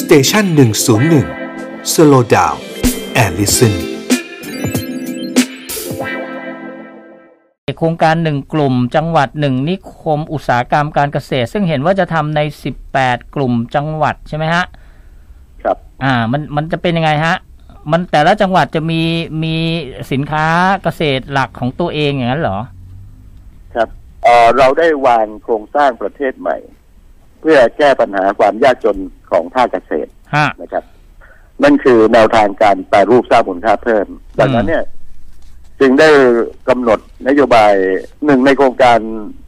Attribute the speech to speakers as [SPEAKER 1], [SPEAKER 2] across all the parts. [SPEAKER 1] สเตชันหนึ่งศูนย์หนึ่งสโลดาวแอลลิสัน
[SPEAKER 2] โครงการหนึ่งกลุ่ม จังหวัดหนึ่งนิคมอุตสาหกรรมการเกษตร ซึ่งเห็นว่าจะทำใน 18 กลุ่มจังหวัดใช่ไหมฮะ
[SPEAKER 3] ครับ
[SPEAKER 2] อ่า มันมันจะเป็นยังไงฮะ มันแต่ละจังหวัดจะมีมีสินค้าเกษตรหลักของตัวเองอย่างนั้นเหรอ
[SPEAKER 3] ครับเอ่อเราได้วางโครงสร้างประเทศใหม่ เพื่อแก้ปัญหาความยากจนของภาคเกษตร
[SPEAKER 2] ฮะ
[SPEAKER 3] นะครับ นั่นคือแนวทางการแปรรูปสร้างมูลค่าเพิ่ม ดังนั้นเนี่ย จึงได้กำหนดนโยบายหนึ่งในโครงการ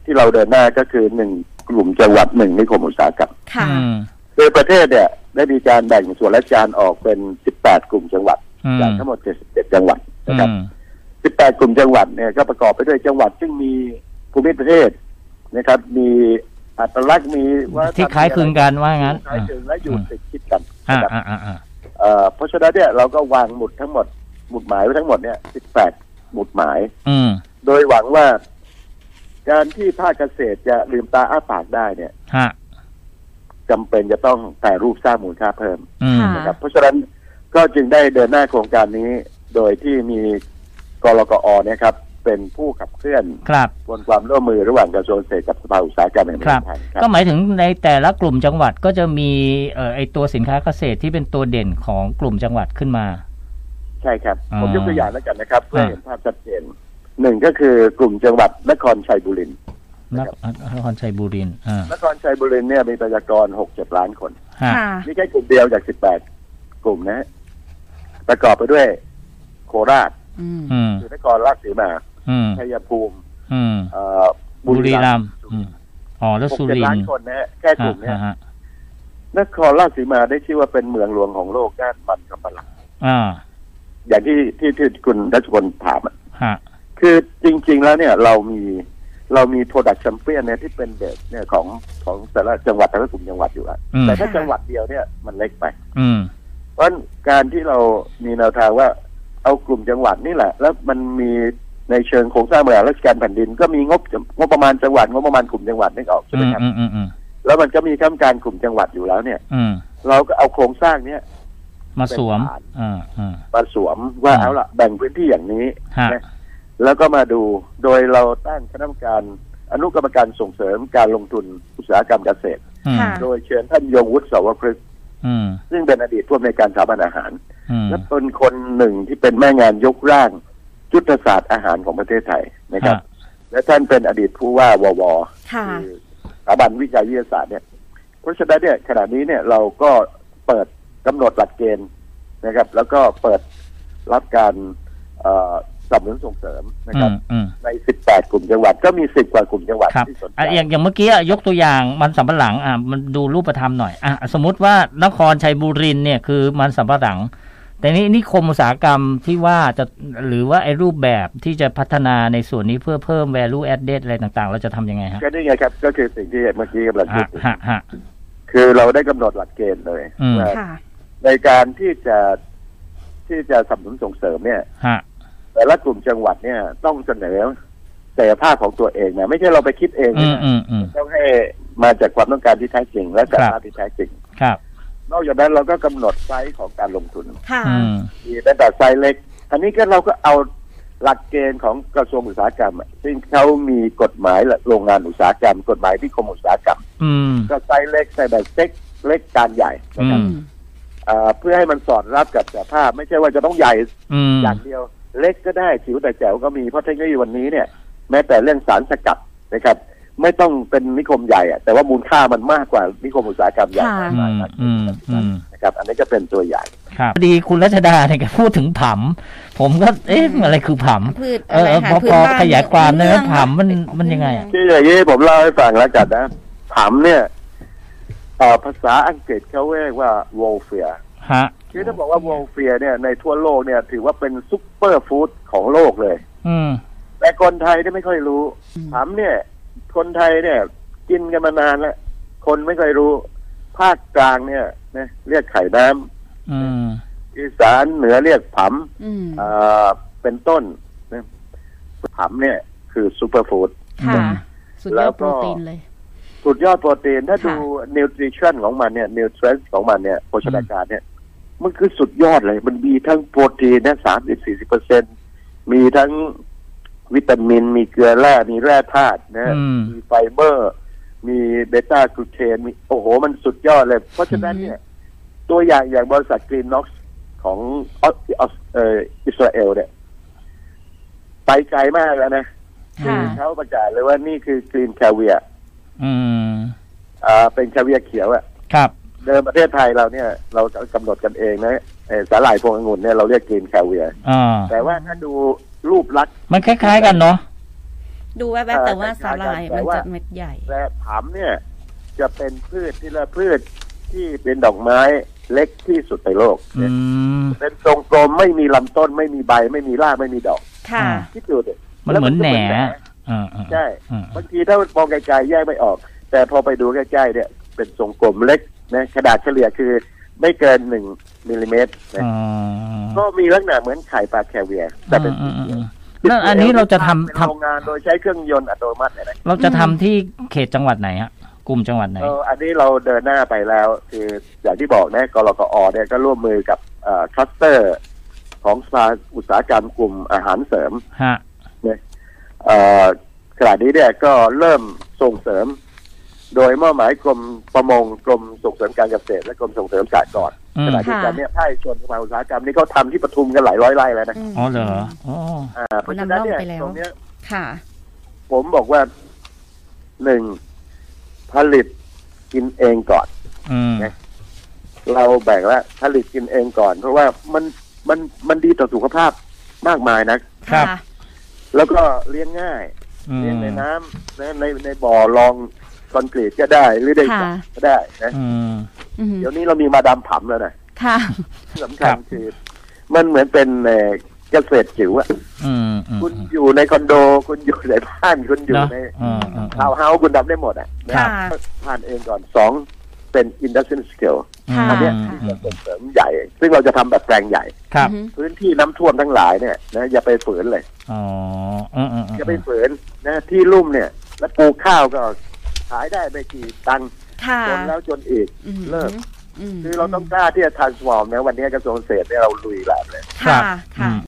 [SPEAKER 3] ที่เราเดินหน้าก็คือหนึ่งกลุ่มจังหวัดหนึ่งนิคมอุตสาหกรรม
[SPEAKER 4] ค่ะ
[SPEAKER 2] อืม
[SPEAKER 3] โดยประเทศเนี่ย ได้มีการแบ่งส่วนราชการออกเป็น 18 กลุ่มจังหวัด
[SPEAKER 2] อืม
[SPEAKER 3] จากทั้งหมด 77 จังหวัด
[SPEAKER 2] อื
[SPEAKER 3] นะครับ
[SPEAKER 2] ม
[SPEAKER 3] 18 กลุ่มจังหวัดเนี่ยก็ประกอบไปด้วยจังหวัด ซึ่งมีภูมิประเทศนะครับ มีอัตลักษณ์มีวัฒนธรรม
[SPEAKER 2] ที่คล้ายคลึงกันว่างั้น
[SPEAKER 3] คล้ายคลึงและอยู่
[SPEAKER 2] อืม
[SPEAKER 3] ติดชิดกัน
[SPEAKER 2] อ่า
[SPEAKER 3] นะครับ
[SPEAKER 2] อ่าอ่าอ่า
[SPEAKER 3] เอ่อเพราะฉะนั้นเนี่ยเราก็วางหมุดทั้งหมดหมุดหมายไว้ทั้งหมดเนี่ย 18 หมุดหมาย
[SPEAKER 2] อืม
[SPEAKER 3] โดยหวังว่า การที่ภาคเกษตรจะลืมตาอ้าปากได้เนี่ย
[SPEAKER 2] ฮะ
[SPEAKER 3] จำเป็นจะต้องแปรรูปสร้างมูลค่าเพิ่ม
[SPEAKER 2] อืม
[SPEAKER 4] ค่ะ
[SPEAKER 3] นะครับเพราะฉะนั้นก็จึงได้เดินหน้าโครงการนี้โดยที่มีกรกอเนี่ยครับ เป็นผู้ขับเคลื่อน
[SPEAKER 2] ครับ
[SPEAKER 3] บนความร่วมมือระหว่างกระทรวงเกษตรกับสภาอุตสาหกรรมแห่งประเทศไทยค
[SPEAKER 2] ก็
[SPEAKER 3] รับ
[SPEAKER 2] หมายถึงในแต่ละกลุ่มจังหวัดก็จะมีเอ่อไอตัวสินค้าเกษตรที่เป็นตัวเด่นของกลุ่มจังหวัดขึ้นมา
[SPEAKER 3] ใช่ครับ
[SPEAKER 2] อ๋อ
[SPEAKER 3] ผมยกตัวอย่างแล้วกันนะครับ เพื่อ
[SPEAKER 2] ครับ
[SPEAKER 3] เห็นภาพชัดเจนหนึ่งก็คือกลุ่มจังหวัดนครชัยบุรี
[SPEAKER 2] นครนครชัยบุรีอ่าน
[SPEAKER 3] ครชัยบุรีเนี่ยมีประชากรหกเจ็ดล้านคน
[SPEAKER 2] ฮะ
[SPEAKER 4] ค่ะ
[SPEAKER 3] นี่แค่กลุ่มเดียวจากสิบแปดกลุ่มนะฮะประกอบไปด้วยโคราช
[SPEAKER 4] อืม
[SPEAKER 2] อืม
[SPEAKER 3] คือนครราชสีมา
[SPEAKER 2] อืม
[SPEAKER 3] ชัยภูมิ
[SPEAKER 2] อืม
[SPEAKER 3] เอ่อ
[SPEAKER 2] บุรีรัมย์
[SPEAKER 3] สุ
[SPEAKER 2] อื
[SPEAKER 3] ริน
[SPEAKER 2] ม
[SPEAKER 3] ทร์
[SPEAKER 2] อ๋อ แล้ว
[SPEAKER 3] หก
[SPEAKER 2] สุ
[SPEAKER 3] เจ็ด
[SPEAKER 2] ริน
[SPEAKER 3] ล้า
[SPEAKER 2] ท
[SPEAKER 3] น
[SPEAKER 2] ร์
[SPEAKER 3] คนนะฮะแค่กลุ่มเนี่ย
[SPEAKER 2] ฮะฮะ
[SPEAKER 3] นครราชสีมาได้ชื่อว่าเป็นเมืองหลวงของโลกด้านมันสำปะหลัง
[SPEAKER 2] อ่า
[SPEAKER 3] อย่างที่ที่ที่คุณรัชพลถามอะ
[SPEAKER 2] ฮะ
[SPEAKER 3] คือจริง ๆ แล้วเนี่ยเรามีเรามีโปรดักชั่นเปี้ยนเนี่ยที่เป็นเบสเนี่ยของของแต่ละจังหวัดแต่ละกลุ่มจังหวัดอยู่อะ
[SPEAKER 2] อืม
[SPEAKER 3] แต่ถ้า
[SPEAKER 4] ค่ะ
[SPEAKER 3] จังหวัดเดียวเนี่ยมันเล็กไป
[SPEAKER 2] อืม
[SPEAKER 3] เพราะฉะนั้นการที่เรามีแนวทางว่าเอากลุ่มจังหวัดนี่แหละ แล้วมันมีในเชิงโครงสร้างบริหารราชการแผ่นดิน ก็มีงบงบประมาณจังหวัดงบประมาณกลุ่มจังหวัดนึกออกใช่
[SPEAKER 2] อื
[SPEAKER 3] ไหม
[SPEAKER 2] ม
[SPEAKER 3] ครับ
[SPEAKER 2] อืมอืมอืม
[SPEAKER 3] แล้วมันก็มีข้ามการกลุ่มจังหวัดอยู่แล้วเนี่ย
[SPEAKER 2] อืม
[SPEAKER 3] เราก็เอาโครงสร้างเนี้ย
[SPEAKER 2] มาสวม
[SPEAKER 3] เป็นฐาน
[SPEAKER 2] อ่า อ่า
[SPEAKER 3] มาสวมว่า
[SPEAKER 2] อืม
[SPEAKER 3] เอาละแบ่งพื้นที่อย่างนี้
[SPEAKER 2] ฮะ
[SPEAKER 3] นะแล้วก็มาดูโดยเราตั้งคณะกรรมการอนุกรรมการส่งเสริมการลงทุนอุตสาหกรรมเกษตร
[SPEAKER 2] อืม
[SPEAKER 4] ค่ะ
[SPEAKER 3] โดยเชิญท่านยงวุฒิเสาวพฤกษ์
[SPEAKER 2] อืม
[SPEAKER 3] ซึ่งเป็นอดีตผู้อำนวยการสถาบันอาหาร
[SPEAKER 2] อืม
[SPEAKER 3] และเป็นคนหนึ่งที่เป็นแม่งานยกร่างยุทธศาสตร์อาหารของประเทศไทยนะครับ และท่านเป็นอดีตผู้ว่าวว
[SPEAKER 4] ค่ะ
[SPEAKER 3] คือสถาบันวิจัยวิทยาศาสตร์เนี่ย เพราะฉะนั้นเนี่ยขณะนี้เนี่ยเราก็เปิดกำหนดหลักเกณฑ์นะครับ แล้วก็เปิดรับการเอ่อสนับสนุนส่งเสริมนะ
[SPEAKER 2] อื
[SPEAKER 3] ครับ
[SPEAKER 2] มอืม
[SPEAKER 3] ใน 18 กลุ่มจังหวัดก็มี 10 กว่ากลุ่มจังหวัด
[SPEAKER 2] ครับ
[SPEAKER 3] ที่สนใจ
[SPEAKER 2] อ่ะอย่างอย่างเมื่อกี้อ่ะยกตัวอย่างมันสำปะหลังอ่ะมันดูรูปธรรมหน่อยอ่ะสมมติว่านครชัยบุรีเนี่ยคือมันสำปะหลัง แต่นี่นิคมอุตสาหกรรมที่ว่าจะหรือว่าไอ้รูปแบบที่จะพัฒนาในส่วนนี้เพื่อเพิ่ม value added อะไรต่างๆ เราจะทำยังไงฮะ
[SPEAKER 3] ก็นี่ไงครับ ก็คือสิ่งที่เมื่อกี้กำลังพู
[SPEAKER 2] ฮะ
[SPEAKER 3] ดถึง
[SPEAKER 2] ฮะฮะ
[SPEAKER 3] คือเราได้กำหนดหลักเกณฑ์เลย
[SPEAKER 2] อืม
[SPEAKER 3] ว่า
[SPEAKER 4] ค่ะ
[SPEAKER 3] ในการที่จะที่จะสนับสนุนส่งเสริมเนี่ย
[SPEAKER 2] ฮะ
[SPEAKER 3] แต่ละกลุ่มจังหวัดเนี่ยต้องเสนอศักยภาพของตัวเองนะไม่ใช่เราไปคิดเอง
[SPEAKER 2] อืม
[SPEAKER 3] นะ
[SPEAKER 2] อืมอืม
[SPEAKER 3] ต้องให้มาจากความต้องการที่แท้จริง และศัก
[SPEAKER 2] ค
[SPEAKER 3] ย
[SPEAKER 2] รั
[SPEAKER 3] ภาพ
[SPEAKER 2] บ
[SPEAKER 3] ที่แท้จริง
[SPEAKER 2] ครับ
[SPEAKER 3] นอกจากนั้นเราก็กำหนดไซส์ของการลงทุน
[SPEAKER 4] ค่ะ
[SPEAKER 2] อืม
[SPEAKER 3] มีตั้งแต่ไซส์เล็ก อันนี้ก็เราก็เอาหลักเกณฑ์ของกระทรวงอุตสาหกรรมอะซึ่งเขามีกฎหมายโรงงานอุตสาหกรรม กฎหมายที่คมอุตสาหกรรม
[SPEAKER 2] อืม
[SPEAKER 3] ก็ไซส์เล็กไซส์แบบเล็กเล็กการใหญ่นะ
[SPEAKER 2] อื
[SPEAKER 3] ครับ
[SPEAKER 2] ม
[SPEAKER 3] อ่าเพื่อให้มันสอดรับกับสภาพ ไม่ใช่ว่าจะต้องใหญ่
[SPEAKER 2] อืม
[SPEAKER 3] อย่างเดียวเล็กก็ได้จิ๋วแต่แจ๋วก็มีเพราะเทคโนโลยีวันนี้เนี่ย แม้แต่เรื่องสารสกัดนะครับ ไม่ต้องเป็นนิคมใหญ่อะแต่ว่ามูลค่ามันมากกว่านิคมอุตสาหกรรมใหญ่
[SPEAKER 4] ค่ะ
[SPEAKER 2] อืมอืมอืม
[SPEAKER 3] นะครับ อันนี้ก็เป็นตัวอย่าง
[SPEAKER 2] ครับพอดีคุณรัชดาเนี่ยแกพูดถึงผัมผมก็เอ๊ะอะไรคือผัม
[SPEAKER 4] พืช
[SPEAKER 2] เออเออ
[SPEAKER 4] ค่ะ
[SPEAKER 2] พอ
[SPEAKER 4] พื้
[SPEAKER 2] พ
[SPEAKER 4] น
[SPEAKER 2] อ
[SPEAKER 4] บ้น
[SPEAKER 2] ขยายความนะ
[SPEAKER 4] พื้
[SPEAKER 2] ว่า
[SPEAKER 4] เอง
[SPEAKER 2] ผัมมันมันยังไงอ่ะ
[SPEAKER 3] ที่อย่างนี้ผมเล่าให้ฟังแล้วกันนะถามเนี่ยเอ่อภาษาอังกฤษเขาเรียกว่าโวลเฟีย
[SPEAKER 2] ฮะ
[SPEAKER 3] คือถ้าบอกว่าโวลเฟียเนี่ยในทั่วโลกเนี่ยถือว่าเป็นซุปเปอร์ฟู้ดของโลกเลย
[SPEAKER 2] อืม
[SPEAKER 3] แต่คนไทยที่ยไม่ค่อยรู้ถามเนี่ย คนไทยเนี่ย กินกันมานานแล้ว คนไม่ค่อยรู้ ภาคกลางเนี่ยนะเรียกไข่น้ำ
[SPEAKER 2] อืม
[SPEAKER 3] อีสานเหนือเรียกผ
[SPEAKER 4] อืม
[SPEAKER 3] ำเอ่อเป็นต้นนะผำเนี่ยคือซูเปอร์ฟู้ด
[SPEAKER 4] ค่ะ
[SPEAKER 2] อืม
[SPEAKER 4] สุดยอดโปรตีนเลย
[SPEAKER 3] สุดยอดโปรตีนถ้า
[SPEAKER 4] ค่ะ
[SPEAKER 3] ดูนิวทริชั่นของมันเนี่ยนิวทร n สของมันเนี่ยโภชนาการเนี่ย มันคือสุดยอดเลย มันมีทั้งโปรตีนนะสามสิบสี่สิบเปอร์เซ็นมีทั้งวิตามิน มีเกลือแร่มีแร่ธาตุนะ
[SPEAKER 2] อืม
[SPEAKER 3] มีไฟเบอร์ มีเบต้ากลูเคนมีโอ้โห มันสุดยอดเลย เพราะฉะนั้นเนี่ย ตัวอย่างอย่างบริษัทกรีนน็อกของออสออสเอ่ออิสราเอลเนี่ย ไปไกลมากแล้วนะ
[SPEAKER 4] ค่ะ
[SPEAKER 3] เขาประกาศเลยว่านี่คือกรีนแค a เวีย
[SPEAKER 2] อืม
[SPEAKER 3] อ่าเป็นแค a เวียเขียวอะ
[SPEAKER 2] ครับ
[SPEAKER 3] เดิมประเทศไทยเราเนี่ย เรากำหนดกันเองนะเอ่อสาหร่ายพวงองุ่นเนี่ยเราเรียกกรีนแค a เวีย
[SPEAKER 2] อ่า
[SPEAKER 3] แต่ว่าถ้าดูรูปลักษณ์
[SPEAKER 2] มันคล้ายๆกันเนาะ
[SPEAKER 4] ดูแวบๆแต่ว่า
[SPEAKER 3] เออ
[SPEAKER 4] สาหร่าย
[SPEAKER 3] แต่
[SPEAKER 4] มัน
[SPEAKER 3] ว่า
[SPEAKER 4] จะเม็ดใหญ่
[SPEAKER 3] และผามเนี่ย จะเป็นพืชที่ละพืชที่เป็นดอกไม้เล็กที่สุดในโลก
[SPEAKER 2] อืม
[SPEAKER 3] เป็นทรงกลมไม่มีลำต้นไม่มีใบ ไม่มีรากไม่มีดอก
[SPEAKER 4] ค่ะ
[SPEAKER 2] อ่า
[SPEAKER 3] คิดดูดิ
[SPEAKER 2] มัน
[SPEAKER 3] ล้ว
[SPEAKER 2] เหมือนแหนอ่า
[SPEAKER 3] ใช่
[SPEAKER 2] อ่า
[SPEAKER 3] บางทีถ้ามองไกลๆแยกไม่ออก แต่พอไปดูใกล้ๆเนี่ยเป็นทรงกลมเล็กนะขนาดเฉลี่ยคือไม่เกินหนึ่งมิลลิเมตรนะ
[SPEAKER 2] อ่
[SPEAKER 3] ก็มีลักษณะเหมือนไข่ปลาแคเวียร์แต่เป็นสี
[SPEAKER 2] า
[SPEAKER 3] เขียว
[SPEAKER 2] แล้วอันนี้เราจะทำ
[SPEAKER 3] เป็น
[SPEAKER 2] ทำ
[SPEAKER 3] โรงงานโดยใช้เครื่องยนต์อัตโนมัติเนี่ยนะ
[SPEAKER 2] เราจะทำที่เขตจังหวัดไหนฮะ กลุ่มจังหวัดไหน
[SPEAKER 3] เอออันนี้เราเดินหน้าไปแล้ว คืออย่างที่บอกนะกรกอเนี่ยก็ร่วมมือกับคลัสเตอร์ของสภาอุตสาหกรรมกลุ่มอาหารเสริม
[SPEAKER 2] ฮะ
[SPEAKER 3] เอ่อขณะนี้เนี่ยก็เริ่มส่งเสริม โดยมอบหมายกรมประมงกรมส่งเสริมการเกษตรและกรมส่งเสริมสหกรณ์
[SPEAKER 2] อื
[SPEAKER 3] ข
[SPEAKER 2] ม
[SPEAKER 3] ณะเดียวกันเนี่ยภาคเอกชนสภาอุตสาหกรรมนี่เขาทำที่ปทุมกันหลายร้อยไร่แล้วนะ
[SPEAKER 4] ม
[SPEAKER 2] อ๋อเหรออ๋อ
[SPEAKER 3] อ่าเพราะฉะนั้นเนี่ย
[SPEAKER 4] นำร่องไปแล้ว
[SPEAKER 3] ตรงเนี้ย
[SPEAKER 4] ค่ะ
[SPEAKER 3] ผมบอกว่าหนึ่งผลิตกินเองก่อน
[SPEAKER 2] อืม
[SPEAKER 3] เราแบ่งแล้วผลิตกินเองก่อน เพราะว่ามันมันมันดีต่อสุขภาพมากมายนะ
[SPEAKER 2] ครับ
[SPEAKER 4] ค่ะ
[SPEAKER 3] แล้วก็เลี้ยงง่าย
[SPEAKER 2] อืม
[SPEAKER 3] เลี้ยงในน้ำนะในในบ่อรองคอนกรีตก็ได้หรือในสระ
[SPEAKER 4] ค่ะ
[SPEAKER 3] ก็ได้นะ
[SPEAKER 2] อืม
[SPEAKER 4] อืม
[SPEAKER 3] เดี๋ยวนี้เรามีมาดามผัมแล้วนะ
[SPEAKER 4] ค่ะ
[SPEAKER 3] สำ
[SPEAKER 2] ค
[SPEAKER 3] คั
[SPEAKER 2] รับ
[SPEAKER 3] ญคือ มันเหมือนเป็นเอ่อเกษตรจิ๋วอะ
[SPEAKER 2] อืมอืม
[SPEAKER 3] คุณอยู่ในคอนโด คุณอยู่ในบ้านคุณอยู่
[SPEAKER 2] เนาะ
[SPEAKER 3] ใน
[SPEAKER 2] อืมอืม
[SPEAKER 3] ทาวน์เฮาส์คุณทำได้หมดอ่ะนะ
[SPEAKER 4] ค่ะ
[SPEAKER 3] ผ่านเองก่อนสองเป็น industrial scale
[SPEAKER 4] ค่ะ
[SPEAKER 3] อันเนี้ย
[SPEAKER 4] ค่ะ
[SPEAKER 3] ที่เราส่งเสริมใหญ่ ซึ่งเราจะทำแบบแปลงใหญ่
[SPEAKER 2] ครับ
[SPEAKER 4] อืม
[SPEAKER 3] พื้นที่น้ำท่วมทั้งหลายเนี่ยนะอย่าไปฝืนเลย
[SPEAKER 2] อ๋ออืมอืมอืม
[SPEAKER 3] อย่าไปฝืนนะที่ลุ่มเนี่ย แล้วปลูกข้าวก็ขายได้ไม่กี่ตังค์
[SPEAKER 4] ค่ะ
[SPEAKER 3] จนแล้วจนอีก
[SPEAKER 4] อืม
[SPEAKER 3] เลิก
[SPEAKER 4] ม
[SPEAKER 3] คือเราต้องกล้าที่จะ transform นะวันนี้กระทรวงเกษตรเนี่ยเราลุยแบบเลย
[SPEAKER 4] ค่ะ
[SPEAKER 2] อื
[SPEAKER 4] ค่ะ
[SPEAKER 2] ม